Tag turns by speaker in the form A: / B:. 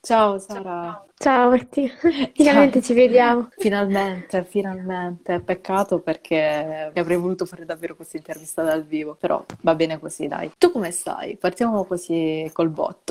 A: Ciao Sara,
B: Ciao Martina,
A: ciao.
B: finalmente ci vediamo.
A: Finalmente, finalmente. Peccato perché avrei voluto fare davvero questa intervista dal vivo, però va bene così, dai. Tu come stai? Partiamo così col botto.